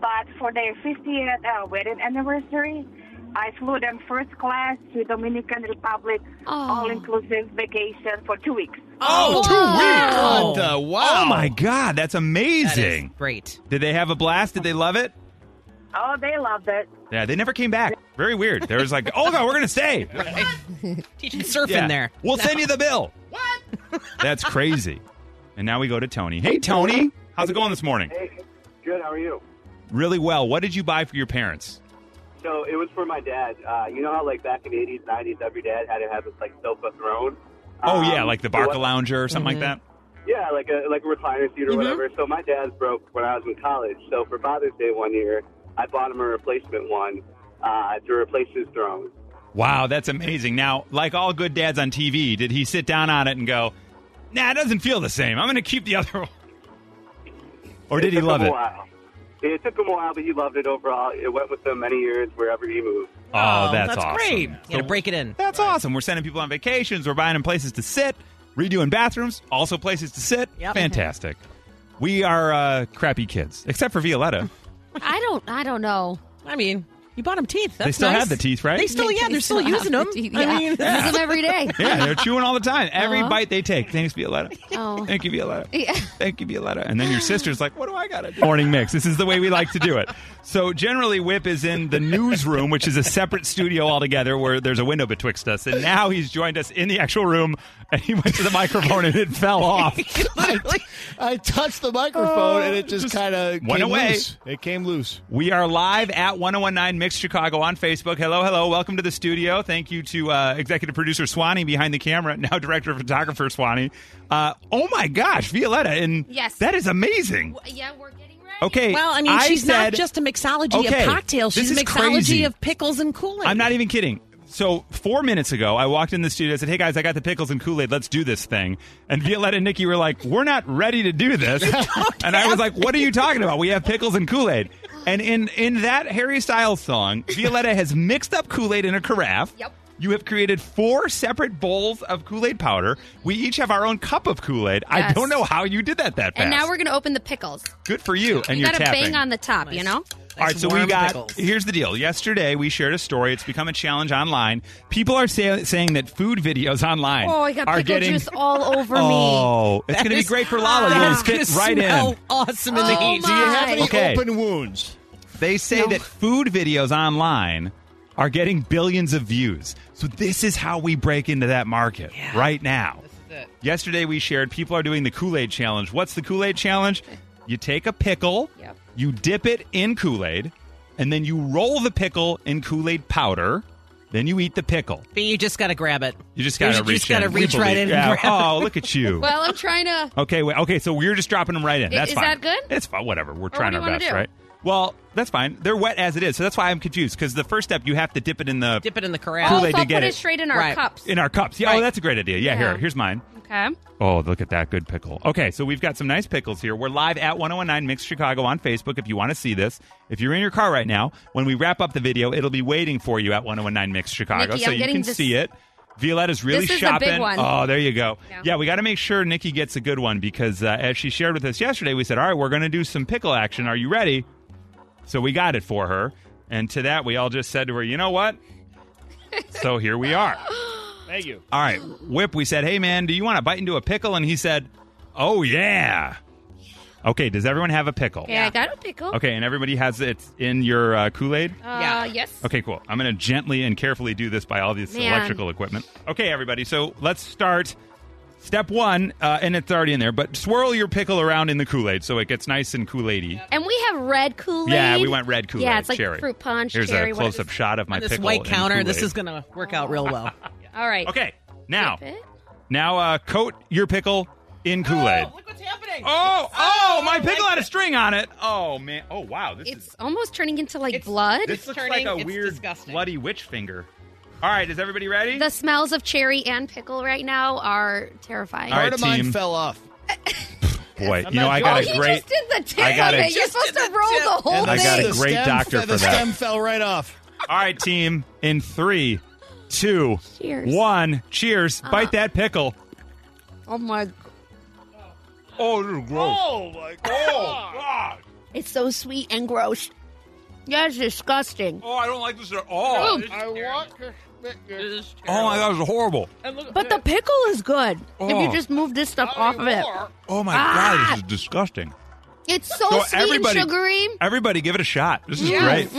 Speaker 6: But for their 50th uh, wedding anniversary, I flew them first class to Dominican Republic, all inclusive vacation for two weeks.
Speaker 2: Oh, two
Speaker 4: What the- wow.
Speaker 1: Oh my God, that's amazing!
Speaker 2: Great.
Speaker 1: Did they have a blast? Did they love it?
Speaker 6: Oh, they loved it.
Speaker 1: Yeah, they never came back. Very weird. There was like, oh God, we're gonna stay.
Speaker 2: Teaching surfing
Speaker 1: Yeah.
Speaker 2: there.
Speaker 1: We'll send you the bill. What? (laughs) That's crazy. And now we go to Tony. Hey, Tony, how's it going this morning?
Speaker 9: Good. How are you?
Speaker 1: Really well. What did you buy for your parents?
Speaker 9: So it was for my dad. Uh, you know how like back in the eighties, nineties, every dad had to have this like sofa throne.
Speaker 1: Oh
Speaker 9: Um,
Speaker 1: yeah, like the
Speaker 9: so what-
Speaker 1: Barca Lounger or something like
Speaker 9: Yeah, like a like a recliner
Speaker 1: Mm-hmm.
Speaker 9: seat or whatever. So my dad's broke when I was in college. So for Father's Day one year, I bought him a replacement one uh, to replace his throne.
Speaker 1: that. Wow, that's amazing. Now, like all good dads on TV, did he sit down on it and go, nah, it doesn't feel the same. I'm going to keep the other (laughs) one. Or did he
Speaker 9: took
Speaker 1: love
Speaker 9: him
Speaker 1: it?
Speaker 9: A while. It took him a while, but he loved it overall. It went with him many years wherever he moved.
Speaker 1: Oh, that's,
Speaker 2: Um, that's
Speaker 1: awesome.
Speaker 2: great. You
Speaker 1: So
Speaker 2: gotta break it in.
Speaker 1: That's awesome. We're sending people on vacations. We're buying them places to sit, redoing bathrooms, also places to sit.
Speaker 2: Yep. (laughs)
Speaker 1: Fantastic. We are uh, crappy kids, except for Violetta.
Speaker 3: I don't. I don't know.
Speaker 2: I mean, you bought them teeth. That's
Speaker 1: They still
Speaker 2: nice.
Speaker 1: have the teeth, right?
Speaker 2: They still, yeah, they're still,
Speaker 3: have
Speaker 2: using
Speaker 3: the
Speaker 2: them.
Speaker 3: teeth,
Speaker 2: I
Speaker 3: yeah.
Speaker 2: mean, (laughs)
Speaker 3: Use
Speaker 1: (laughs)
Speaker 3: them every day.
Speaker 1: yeah, they're chewing all the time. Every
Speaker 3: Uh-huh.
Speaker 1: bite they take. Thanks, Violetta.
Speaker 3: Oh.
Speaker 1: Thank you, Violetta.
Speaker 3: Yeah.
Speaker 1: Thank you, Violetta. And then your sister's like, what do I got to do? Morning mix. This is the way we like to do it. So generally, Whip is in the newsroom, which is a separate studio altogether where there's a window betwixt us. And now he's joined us in the actual room and he went to the microphone and it fell off.
Speaker 2: literally.
Speaker 4: I touched the microphone and it just, kind of
Speaker 1: went
Speaker 4: came
Speaker 1: away.
Speaker 4: Loose. It came loose.
Speaker 1: We are live at 1019 Mix Chicago on Facebook. Hello, hello. Welcome to the studio. Thank you to uh, executive producer Swanee behind the camera, (laughs) now director of photographer Swanee. Uh, oh my gosh, Violetta. And
Speaker 3: Yes.
Speaker 1: that is amazing.
Speaker 3: (laughs) Yeah, we're getting ready.
Speaker 1: Okay.
Speaker 2: Well, I mean, she's
Speaker 1: said,
Speaker 2: not just a mixology
Speaker 1: Okay,
Speaker 2: of cocktails.
Speaker 1: this
Speaker 2: She's a
Speaker 1: is
Speaker 2: mixology
Speaker 1: crazy.
Speaker 2: of pickles and cooling.
Speaker 1: I'm not even kidding. So four minutes ago, I walked in the studio. I said, "Hey guys, I got the pickles and Kool Aid. Let's do this thing." And Violetta and Nikki were like, "We're not ready to do this." (laughs) and I was like, "What are you talking about? We have pickles and Kool Aid." And in in that Harry Styles song, Violetta has mixed up Kool Aid in a carafe.
Speaker 3: Yep.
Speaker 1: You have created four separate bowls of Kool Aid powder. We each have our own cup of Kool Aid. I
Speaker 3: Yes.
Speaker 1: don't know how you did that that fast.
Speaker 3: And now we're gonna open the pickles.
Speaker 1: good for you. And
Speaker 3: you
Speaker 1: are
Speaker 3: gotta
Speaker 1: tapping.
Speaker 3: bang on the top. You know.
Speaker 1: All right, so we
Speaker 2: warm
Speaker 1: got.
Speaker 2: pickles.
Speaker 1: Here's the deal. Yesterday, we shared a story. It's become a challenge online. People are say, saying that food videos online
Speaker 3: Oh, I got
Speaker 1: are
Speaker 3: pickle
Speaker 1: getting.
Speaker 3: juice
Speaker 1: (laughs)
Speaker 3: all over me.
Speaker 1: oh, it's
Speaker 2: That
Speaker 1: going to be
Speaker 2: is-
Speaker 1: great for Lala. You'll
Speaker 2: That is
Speaker 1: fit
Speaker 2: gonna
Speaker 1: right
Speaker 2: smell
Speaker 1: in.
Speaker 2: Awesome in the
Speaker 3: Oh,
Speaker 2: heat.
Speaker 3: Do you have
Speaker 4: Any
Speaker 3: any
Speaker 1: Okay.
Speaker 4: open wounds?
Speaker 1: They say
Speaker 3: No.
Speaker 1: that food videos online are getting billions of views. So this is how we break into that market right now. Yesterday we shared people are doing the Kool-Aid challenge. What's the Kool-Aid challenge? You take a pickle,
Speaker 3: Yep.
Speaker 1: you dip it in Kool-Aid, and then you roll the pickle in Kool-Aid powder. Then you eat the pickle.
Speaker 2: But you just got to grab it.
Speaker 1: You just gotta
Speaker 2: You just
Speaker 1: reach.
Speaker 2: gotta
Speaker 1: in. We
Speaker 2: reach right
Speaker 1: believe-
Speaker 2: in and
Speaker 1: Yeah.
Speaker 2: grab
Speaker 1: Oh, look at you.
Speaker 3: (laughs) Well, I'm trying to.
Speaker 1: Okay, wait, okay, so we're just dropping them right in.
Speaker 3: I-
Speaker 1: That's
Speaker 3: is
Speaker 1: fine.
Speaker 3: that good?
Speaker 1: It's fine. Whatever. We're trying
Speaker 3: do you
Speaker 1: our
Speaker 3: wanna
Speaker 1: best,
Speaker 3: do?
Speaker 1: right? Well, that's fine. They're wet as it is, so that's why I'm confused. Because the first step, you have to dip it in the
Speaker 2: Dip it in the
Speaker 3: Oh,
Speaker 2: corral.
Speaker 1: Kool-Aid
Speaker 3: so
Speaker 1: to
Speaker 3: I'll
Speaker 1: get
Speaker 3: put
Speaker 1: it.
Speaker 3: it straight in our
Speaker 2: Right.
Speaker 3: cups.
Speaker 1: in our cups. Yeah, oh,
Speaker 2: Right.
Speaker 1: that's a great idea. Yeah,
Speaker 3: Yeah.
Speaker 1: here, here's mine.
Speaker 3: Okay.
Speaker 1: Oh, look at that good pickle. Okay, so we've got some nice pickles here. We're live at 1019 Mix Chicago on Facebook if you want to see this. If you're in your car right now, when we wrap up the video, it'll be waiting for you at 1019 Mix Chicago
Speaker 3: Nikki,
Speaker 1: so
Speaker 3: I'm
Speaker 1: you
Speaker 3: getting
Speaker 1: can
Speaker 3: this-
Speaker 1: see it. Violetta's really
Speaker 3: This is the
Speaker 1: shopping.
Speaker 3: big one.
Speaker 1: Oh, there you go. Yeah,
Speaker 3: Yeah.
Speaker 1: we got to make sure Nikki gets a good one because uh, as she shared with us yesterday, we said, "All right, we're going to do some pickle action. Are you ready?" So we got it for her. And to that, we all just said to her, "You know what?" so here we are.
Speaker 4: Thank you.
Speaker 1: All right, Whip, we said, hey, man, do you want to bite into a pickle? And he said, oh, yeah. Okay, does everyone have a pickle?
Speaker 3: Okay, I got a pickle.
Speaker 1: Okay, and everybody has it in your uh, Kool Aid?
Speaker 3: Uh,
Speaker 2: Yeah.
Speaker 3: Yes.
Speaker 1: Okay, cool. I'm going to gently and carefully do this by all this
Speaker 3: Man.
Speaker 1: electrical equipment. Okay, everybody, so let's start. Step one, uh, and it's already in there, but swirl your pickle around in the Kool Aid so it gets nice and Kool Aid y.
Speaker 3: And we have red Kool Aid.
Speaker 1: Yeah, we went red Kool Aid.
Speaker 3: Yeah, it's like
Speaker 1: cherry.
Speaker 3: fruit punch.
Speaker 1: Here's
Speaker 3: cherry,
Speaker 1: a
Speaker 3: what is
Speaker 1: close up shot of my
Speaker 2: On this
Speaker 1: pickle.
Speaker 2: white
Speaker 1: in
Speaker 2: counter. This
Speaker 1: Kool-Aid.
Speaker 2: is going to work out real well.
Speaker 3: this? All right.
Speaker 1: Okay, now,
Speaker 3: Dip it.
Speaker 1: now uh, coat your pickle in Kool Aid.
Speaker 2: look what's happening.
Speaker 1: Oh, oh, my pickle had a string on it. Oh man. Oh wow. This
Speaker 3: It's (laughs)
Speaker 1: is
Speaker 3: almost turning into like
Speaker 2: It's-
Speaker 3: blood.
Speaker 1: this looks like
Speaker 2: turning-
Speaker 1: a
Speaker 2: it's
Speaker 1: weird
Speaker 2: disgusting.
Speaker 1: bloody witch finger. All right, is everybody ready?
Speaker 3: The smells of cherry and pickle right now are terrifying.
Speaker 1: All right,
Speaker 4: Part of mine
Speaker 1: team.
Speaker 4: fell off.
Speaker 1: Boy,
Speaker 4: I'm
Speaker 1: you know
Speaker 4: not
Speaker 1: I
Speaker 4: joking.
Speaker 1: got
Speaker 3: oh,
Speaker 1: a
Speaker 3: he
Speaker 1: great
Speaker 3: just did the tip
Speaker 1: I got
Speaker 3: of
Speaker 1: a-
Speaker 3: it. You're
Speaker 2: Just
Speaker 3: supposed
Speaker 2: did
Speaker 3: to
Speaker 2: the
Speaker 3: roll
Speaker 2: tip.
Speaker 3: the whole
Speaker 4: And
Speaker 1: I
Speaker 4: the-
Speaker 3: thing.
Speaker 1: got a
Speaker 4: the
Speaker 1: great
Speaker 4: stem-
Speaker 1: doctor
Speaker 4: the
Speaker 1: for that.
Speaker 4: stem fell right off.
Speaker 1: All right, team. In three, two, one,
Speaker 3: Cheers. Ah.
Speaker 1: cheers. Bite that pickle.
Speaker 3: Oh my!
Speaker 1: Oh, this is gross.
Speaker 4: my
Speaker 1: Oh, God.
Speaker 3: It's so sweet and gross. Yeah, it's disgusting.
Speaker 1: Oh, I don't like this at all.
Speaker 3: Ooh.
Speaker 4: I want
Speaker 1: Oh my god, this is horrible.
Speaker 3: But the pickle is good. If
Speaker 1: Oh.
Speaker 3: you just move this stuff off of it,
Speaker 1: Oh my god, this is disgusting.
Speaker 3: it's
Speaker 1: So
Speaker 3: so, Ah. Oh, sweet
Speaker 1: everybody-
Speaker 3: and sugary. Mm-hmm.
Speaker 1: Everybody give it a shot. This is great.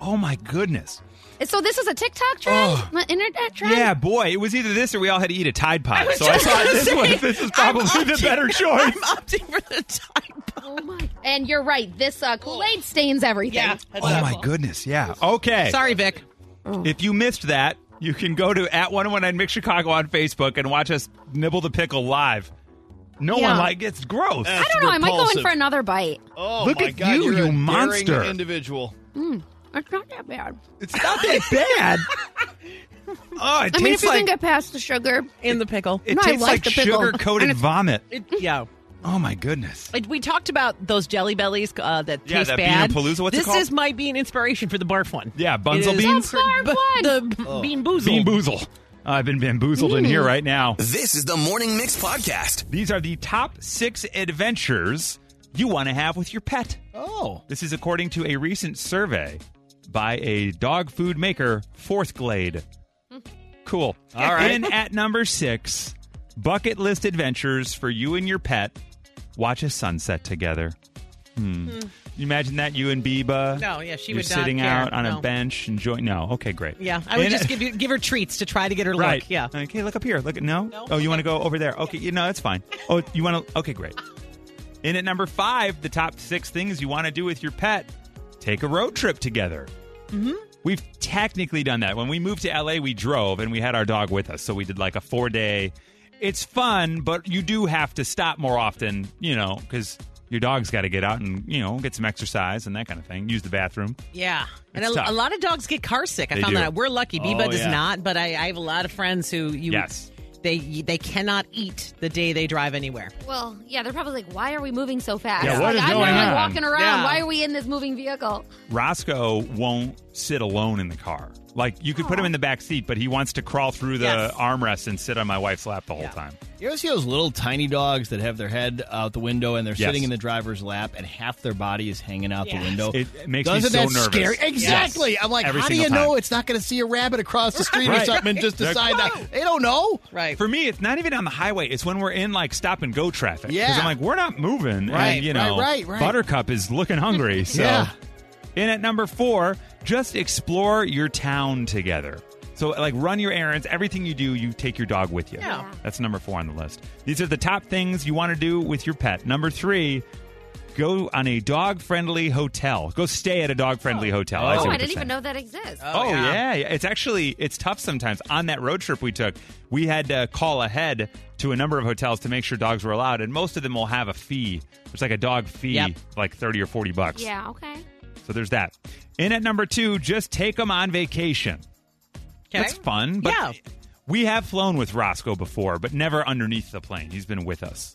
Speaker 1: Oh my goodness.
Speaker 3: So this is a TikTok trend,
Speaker 1: Oh.
Speaker 3: An internet trend.
Speaker 1: Yeah, boy, it was either this or we all had to eat a Tide Pod.
Speaker 2: was
Speaker 1: so I
Speaker 2: just
Speaker 1: thought
Speaker 2: gonna
Speaker 1: this
Speaker 2: say,
Speaker 1: was this is probably
Speaker 2: I'm
Speaker 1: the
Speaker 2: opting-
Speaker 1: better choice. (laughs)
Speaker 2: I'm (laughs) opting for the time.
Speaker 3: Oh my! And you're right. This uh, Kool Aid stains everything.
Speaker 2: Yeah. that's
Speaker 1: Oh
Speaker 2: awful.
Speaker 1: my goodness, yeah. Okay.
Speaker 2: Sorry, Vic.
Speaker 1: If you missed that, you can go to at one one nine Mix Chicago on Facebook and watch us nibble the pickle live. No
Speaker 3: Yeah.
Speaker 1: one like it's gross.
Speaker 3: I don't know. I might go in
Speaker 4: Repulsive.
Speaker 3: for another bite.
Speaker 4: Oh
Speaker 1: Look
Speaker 4: my
Speaker 1: at
Speaker 4: God,
Speaker 1: you,
Speaker 4: you're
Speaker 1: you
Speaker 4: a daring
Speaker 1: monster.
Speaker 4: individual.
Speaker 3: It's not that bad.
Speaker 1: It's not that bad. Oh, it
Speaker 10: I mean, if
Speaker 1: tastes
Speaker 10: you
Speaker 1: like
Speaker 10: can get past the sugar,
Speaker 2: in the pickle.
Speaker 1: it
Speaker 10: No, I
Speaker 1: tastes
Speaker 10: like
Speaker 1: like
Speaker 10: the pickle.
Speaker 1: sugar coated vomit.
Speaker 2: It, yeah.
Speaker 1: Oh my goodness.
Speaker 2: It- we talked about those jelly bellies uh, that
Speaker 1: Yeah,
Speaker 2: taste
Speaker 1: that
Speaker 2: bad.
Speaker 1: Beanapalooza, what's it
Speaker 2: this
Speaker 1: called?
Speaker 2: is might be an inspiration for the barf one.
Speaker 1: Yeah, Bunzel
Speaker 2: It is-
Speaker 1: beans? Oh.
Speaker 2: The barf
Speaker 1: (laughs)
Speaker 2: one. The bean boozled.
Speaker 1: Bean boozle. I've been bamboozled in here right now.
Speaker 5: This is the Morning Mix podcast.
Speaker 1: These are the top six adventures you want to have with your pet.
Speaker 4: Oh.
Speaker 1: This is according to a recent survey by a dog food maker, Fourth Glade. Cool. All right. And at number six, bucket list adventures for you and your pet. Watch a sunset together. Hmm. You imagine that you and Biba.
Speaker 2: No, yeah, she
Speaker 1: you're
Speaker 2: would not
Speaker 1: sitting
Speaker 2: care.
Speaker 1: out on a
Speaker 2: No.
Speaker 1: bench enjoying. No, okay, great.
Speaker 2: Yeah, I would
Speaker 1: And-
Speaker 2: just give you, give her treats to try to get her
Speaker 1: Right.
Speaker 2: look. Yeah.
Speaker 1: Okay, look up here. Look at no.
Speaker 2: No?
Speaker 1: Oh, you want to go over there? Okay, you know that's fine. Oh, you want to? Okay, great. In at number five, the top six things you want to do with your pet: take a road trip together. Mm-hmm. We've technically done that. When we moved to LA, we drove and we had our dog with us, so we did like a four day. It's fun, but you do have to stop more often, you know, because your dog's got to get out and you know get some exercise and that kind of thing. Use the bathroom.
Speaker 2: Yeah. And
Speaker 1: It's
Speaker 2: a,
Speaker 1: tough.
Speaker 2: a lot of dogs get car sick. I
Speaker 1: They
Speaker 2: found
Speaker 1: do.
Speaker 2: that out. We're lucky. Biba
Speaker 4: Oh,
Speaker 2: does
Speaker 4: yeah.
Speaker 2: not, but I, I have a lot of friends who you
Speaker 1: Yes.
Speaker 2: they they cannot eat the day they drive anywhere.
Speaker 3: Well, yeah, they're probably like, why are we moving so fast?
Speaker 1: Yeah, what
Speaker 3: like,
Speaker 1: is
Speaker 3: I'm
Speaker 1: going
Speaker 3: normally
Speaker 1: on?
Speaker 3: walking around.
Speaker 2: Yeah.
Speaker 3: Why are we in this moving vehicle?
Speaker 1: Roscoe won't sit alone in the car. Like you could put him in the back seat, but he wants to crawl through the
Speaker 2: Yes.
Speaker 1: armrest and sit on my wife's lap the whole time.
Speaker 4: You ever see those little tiny dogs that have their head out the window and they're
Speaker 1: Yes.
Speaker 4: sitting in the driver's lap and half their body is hanging out
Speaker 2: Yes.
Speaker 4: the window?
Speaker 1: It makes me
Speaker 4: Doesn't
Speaker 1: so
Speaker 4: that
Speaker 1: nervous.
Speaker 4: scare? Exactly. I'm like,
Speaker 1: Every
Speaker 4: how do you
Speaker 1: single
Speaker 4: know
Speaker 1: time.
Speaker 4: it's not going to see a rabbit across the street
Speaker 1: Right.
Speaker 4: or something and just
Speaker 1: Right.
Speaker 4: decide that they don't know?
Speaker 2: Right.
Speaker 1: For me, it's not even on the highway. It's when we're in like stop and go traffic. 'Cause
Speaker 4: Yeah.
Speaker 1: I'm like, we're not moving.
Speaker 4: Right,
Speaker 1: And, you
Speaker 4: right,
Speaker 1: know,
Speaker 4: right, right.
Speaker 1: Buttercup is looking
Speaker 4: (laughs)
Speaker 1: hungry. So.
Speaker 4: Yeah.
Speaker 1: And at number four, just explore your town together. So, like, run your errands. Everything you do, you take your dog with you.
Speaker 2: Yeah.
Speaker 1: That's number four on the list. These are the top things you want to do with your pet. Number three, go on a dog friendly hotel. Go stay at a dog friendly hotel. see
Speaker 3: Oh,
Speaker 1: what
Speaker 3: I
Speaker 1: you're
Speaker 3: didn't
Speaker 1: saying.
Speaker 3: even know that exists.
Speaker 1: Oh, yeah. yeah, It's actually it's tough sometimes. On that road trip we took, we had to call ahead to a number of hotels to make sure dogs were allowed, and most of them will have a fee. It's like a dog fee,
Speaker 2: Yep.
Speaker 1: like thirty or forty bucks.
Speaker 3: Yeah, okay.
Speaker 1: So there's that. In at number two, just take them on vacation.
Speaker 2: Okay?
Speaker 1: That's fun. But
Speaker 2: Yeah.
Speaker 1: We have flown with Roscoe before, but never underneath the plane. He's been with us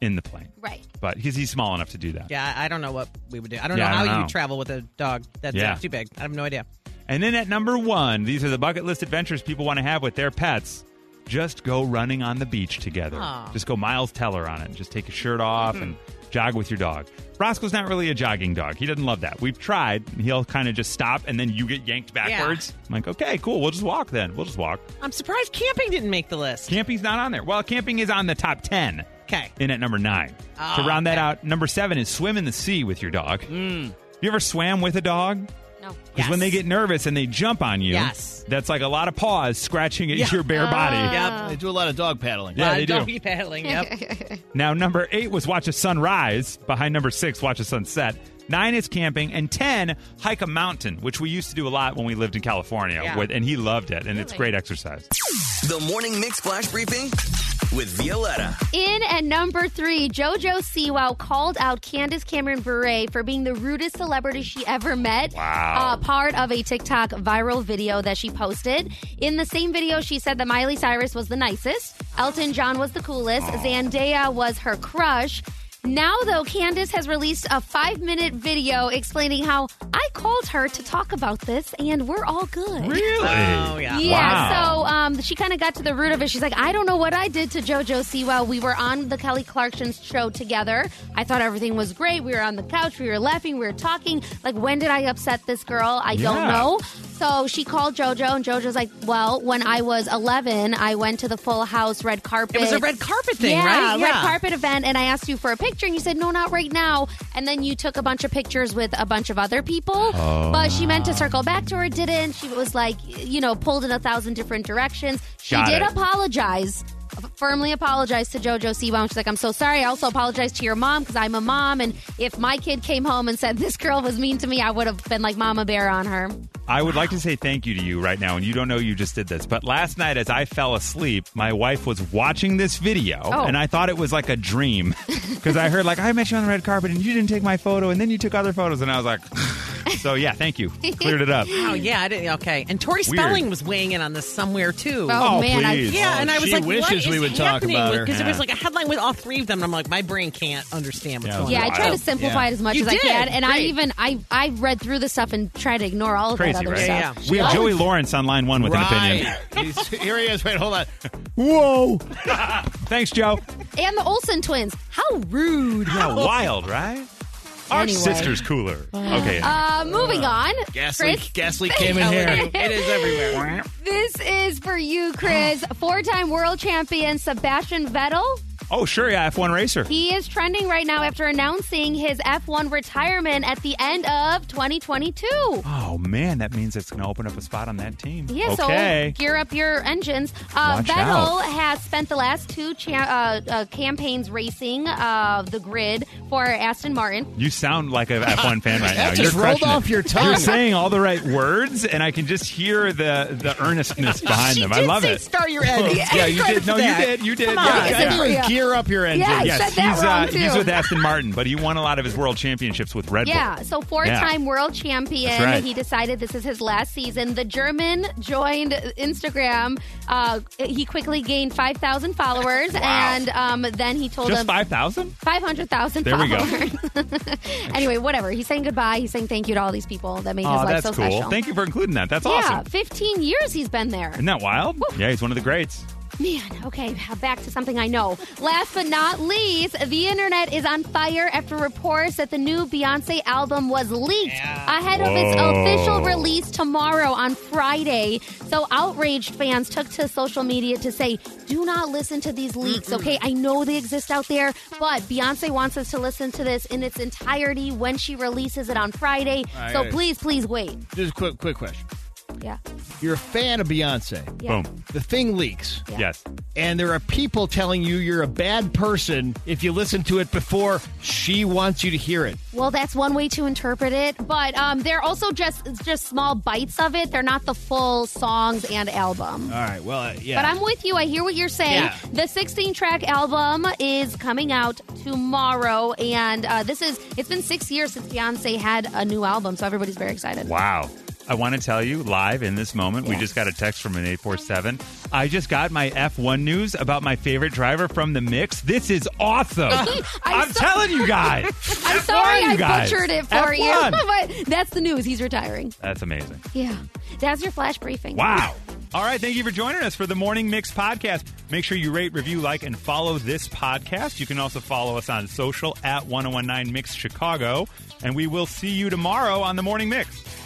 Speaker 1: in the plane,
Speaker 3: Right.
Speaker 1: but because he's small enough to do that.
Speaker 2: Yeah, I I don't know what we would do. I don't
Speaker 1: Yeah,
Speaker 2: know
Speaker 1: I
Speaker 2: how
Speaker 1: don't know.
Speaker 2: you travel with a dog that's
Speaker 1: Yeah.
Speaker 2: that's too big. I have no idea.
Speaker 1: And then at number one, these are the bucket list adventures people want to have with their pets. Just go running on the beach together.
Speaker 2: Aw.
Speaker 1: Just go Miles Teller on it. and Just take your shirt off
Speaker 2: Mm-hmm.
Speaker 1: and jog with your dog. Roscoe's not really a jogging dog. He doesn't love that. We've tried. He'll kind of just stop and then you get yanked backwards. I'm like, okay, cool. We'll just walk then. We'll just walk.
Speaker 2: I'm surprised camping didn't make the list.
Speaker 1: Camping's not on there. Well, camping is on the top 10
Speaker 2: Okay.
Speaker 1: in at number nine. to
Speaker 2: Oh,
Speaker 1: round that
Speaker 2: okay. Mm.
Speaker 1: out, number seven is swim in the sea with your dog. You ever swam with a dog?
Speaker 3: No.
Speaker 1: Because when they
Speaker 2: Yes.
Speaker 1: get nervous and they jump on you,
Speaker 2: Yes.
Speaker 1: that's like a lot of paws scratching at
Speaker 2: (laughs) Yeah.
Speaker 1: your bare body.
Speaker 2: Yep.
Speaker 4: They do a lot of dog paddling.
Speaker 1: Yeah,
Speaker 2: Uh,
Speaker 1: they do.
Speaker 2: doggy (laughs) paddling.
Speaker 3: (laughs)
Speaker 2: Yep.
Speaker 1: Now, number eight was watch a sunrise. Behind number six, watch a sunset. Nine is camping, and ten hike a mountain, which we used to do a lot when we lived in California.
Speaker 2: Yeah.
Speaker 1: With, and he loved it, and it's great exercise.
Speaker 5: The Morning Mix flash briefing with Violetta.
Speaker 3: In at number three, JoJo Siwa called out Candace Cameron Bure for being the rudest celebrity she ever met.
Speaker 1: Wow.
Speaker 3: Uh, part of a TikTok viral video that she posted. In the same video, she said that Miley Cyrus was the nicest, Elton John was the coolest, Zandaya was her crush. Now, though, Candace has released a five minute video explaining how I called her to talk about this and we're all good.
Speaker 1: Really?
Speaker 2: Oh, yeah.
Speaker 3: Yeah,
Speaker 1: Wow.
Speaker 3: so um, she kind of got to the root of it. She's like, I don't know what I did to JoJo Siwa. We were on the Kelly Clarkson show together. I thought everything was great. We were on the couch. We were laughing. We were talking. Like, when did I upset this girl? I don't
Speaker 1: Yeah.
Speaker 3: know. So she called JoJo, and JoJo's like, Well, when I was 11, I went to the Full House red carpet.
Speaker 2: It was a red carpet thing,
Speaker 3: yeah,
Speaker 2: right?
Speaker 3: red carpet event, and I asked you for a picture, and you said, No, not right now. And then you took a bunch of pictures with a bunch of other people.
Speaker 1: Oh.
Speaker 3: But she meant to circle back to her, didn't. She was like, you know, pulled in a thousand different directions. She
Speaker 1: Got
Speaker 3: did
Speaker 1: it.
Speaker 3: apologize. Firmly apologized to JoJo Siwa. She's like, I'm so sorry. I also apologize to your mom because I'm a mom. And if my kid came home and said this girl was mean to me, I would have been like Mama Bear on her.
Speaker 1: I would like to say thank you to you right now, and you don't know you just did this. But last night, as I fell asleep, my wife was watching this video,
Speaker 3: Oh.
Speaker 1: and I thought it was like a
Speaker 3: (laughs)
Speaker 1: dream because I heard like (sighs) I met you on the red carpet, and you didn't take my photo, and then you took other photos, and I was like, So yeah, thank you. Cleared it up.
Speaker 2: Oh yeah, I didn't. Okay, and Tori
Speaker 1: Weird.
Speaker 2: Spelling was weighing in on this somewhere too.
Speaker 3: Oh,
Speaker 1: Oh,
Speaker 3: man, I-
Speaker 1: please.
Speaker 2: Yeah, and I was
Speaker 4: she
Speaker 2: like, what
Speaker 4: wishes
Speaker 2: is
Speaker 4: we would talk
Speaker 2: happening?
Speaker 4: about her.
Speaker 2: Because there was
Speaker 4: Yeah.
Speaker 2: like a headline with all three of them, and I'm like, my brain can't understand what's
Speaker 1: Yeah.
Speaker 2: going
Speaker 3: Yeah,
Speaker 2: on.
Speaker 3: I try to
Speaker 1: Wild.
Speaker 3: simplify
Speaker 4: Yeah.
Speaker 3: it as much
Speaker 2: You
Speaker 3: as I
Speaker 2: did.
Speaker 3: can, and I
Speaker 2: Great.
Speaker 3: even I I read through the stuff and try to ignore all of that
Speaker 1: Crazy,
Speaker 3: other
Speaker 1: right?
Speaker 3: stuff.
Speaker 2: Yeah, yeah.
Speaker 1: We have Joey Lawrence on line one with an opinion.
Speaker 4: right. He's- here he is. Wait, hold on.
Speaker 3: (laughs)
Speaker 4: Whoa.
Speaker 1: Thanks, Joe.
Speaker 3: And the Olsen twins, how rude!
Speaker 2: (laughs)
Speaker 1: Yeah, wild, right? Our
Speaker 3: Anyway.
Speaker 1: sister's cooler. Okay.
Speaker 3: Uh, moving on,
Speaker 4: Gas
Speaker 3: Chris.
Speaker 4: leak. Gas leak came in here.
Speaker 2: (laughs) It is everywhere.
Speaker 3: This is for you,
Speaker 1: (sighs)
Speaker 3: Chris. Four-time world champion Sebastian Vettel.
Speaker 1: oh, sure, yeah, F1 racer.
Speaker 3: He is trending right now after announcing his F1 retirement at the end of
Speaker 1: (gasps)
Speaker 3: 2022.
Speaker 1: Oh man, that means it's going to open up a spot on that team.
Speaker 3: Yeah,
Speaker 1: okay.
Speaker 3: so gear up your engines. Uh,
Speaker 1: Watch
Speaker 3: Vettel
Speaker 1: out.
Speaker 3: has spent the last two cha- uh, uh, campaigns racing uh, the grid for Aston Martin.
Speaker 1: you sound like an F1 fan right now.
Speaker 4: That
Speaker 1: You're
Speaker 4: just rolled
Speaker 1: crushing
Speaker 4: off
Speaker 1: it.
Speaker 4: your tongue.
Speaker 1: You're saying all the right words, and I can just hear the the earnestness behind
Speaker 2: She
Speaker 1: them. I
Speaker 2: did
Speaker 1: love
Speaker 2: say
Speaker 1: it.
Speaker 2: star your end.
Speaker 1: (laughs) yeah, you
Speaker 2: Credit
Speaker 1: did.
Speaker 2: for
Speaker 1: No,
Speaker 2: that.
Speaker 1: you did. You did.
Speaker 3: Come on,
Speaker 1: yeah,
Speaker 3: it's
Speaker 1: yeah.
Speaker 3: a real-
Speaker 4: Gear up your engine.
Speaker 3: Yeah, I
Speaker 1: Yes,
Speaker 3: said that
Speaker 1: he's
Speaker 3: wrong,
Speaker 1: uh, he's
Speaker 3: too.
Speaker 1: with Aston Martin, but he won a lot of his world championships with Red Bull.
Speaker 3: Yeah, so four-time world champion.
Speaker 1: That's right.
Speaker 3: He decided this is his last season. The German joined Instagram. Uh, he quickly gained 5,000 followers, and um, then he told
Speaker 1: Just
Speaker 3: him
Speaker 1: five thousand?
Speaker 3: 500,000
Speaker 1: There we go.
Speaker 3: followers. (laughs) anyway, whatever. He's saying goodbye. He's saying thank you to all these people that made his
Speaker 1: Oh,
Speaker 3: life
Speaker 1: that's
Speaker 3: so
Speaker 1: cool.
Speaker 3: special.
Speaker 1: Thank you for including that. That's
Speaker 3: yeah,
Speaker 1: awesome.
Speaker 3: 15 years he's been there.
Speaker 1: Isn't that wild? Yeah, he's one of the greats.
Speaker 3: Man, okay, back to something I know. Last but not least, the internet is on fire after reports that the new Beyonce album was leaked ahead of its
Speaker 1: Whoa.
Speaker 3: official release tomorrow on Friday. So outraged fans took to social media to say, "Do not listen to these leaks." Okay, I know they exist out there, but Beyonce wants us to listen to this in its entirety when she releases it on Friday.
Speaker 4: Aye,
Speaker 3: so
Speaker 4: aye.
Speaker 3: please, please wait.
Speaker 4: Just a quick, quick question.
Speaker 3: Yeah.
Speaker 4: You're a fan of Beyonce.
Speaker 3: yeah.
Speaker 1: Boom.
Speaker 4: The thing leaks,
Speaker 3: Yeah.
Speaker 1: Yes.
Speaker 4: and there are people telling you you're a bad person if you listen to it before she wants you to hear it.
Speaker 3: Well, that's one way to interpret it, but um, they're also just just small bites of it. They're not the full songs and album.
Speaker 4: All right. Well, uh, yeah.
Speaker 3: But I'm with you. I hear what you're saying.
Speaker 4: Yeah.
Speaker 3: The 16 track album is coming out tomorrow, and uh, this is it's been six years since Beyonce had a new album, so everybody's very excited.
Speaker 1: Wow. I want to tell you live in this moment, we just got a text from an 847. I just got my F1 news about my favorite driver from the mix. This is
Speaker 3: (laughs)
Speaker 1: awesome. I'm,
Speaker 3: so-
Speaker 1: telling you guys.
Speaker 3: (laughs) I'm sorry
Speaker 1: you
Speaker 3: I
Speaker 1: guys.
Speaker 3: butchered it for you,
Speaker 1: F1.
Speaker 3: (laughs) but that's the news. He's retiring.
Speaker 1: That's amazing.
Speaker 3: Yeah, that's your flash briefing.
Speaker 1: Wow. All right, thank you for joining us for the Morning Mix podcast. Make sure you rate, review, like, and follow this podcast. You can also follow us oh on social at 1019 Mix Chicago. And we will see you tomorrow on the Morning Mix.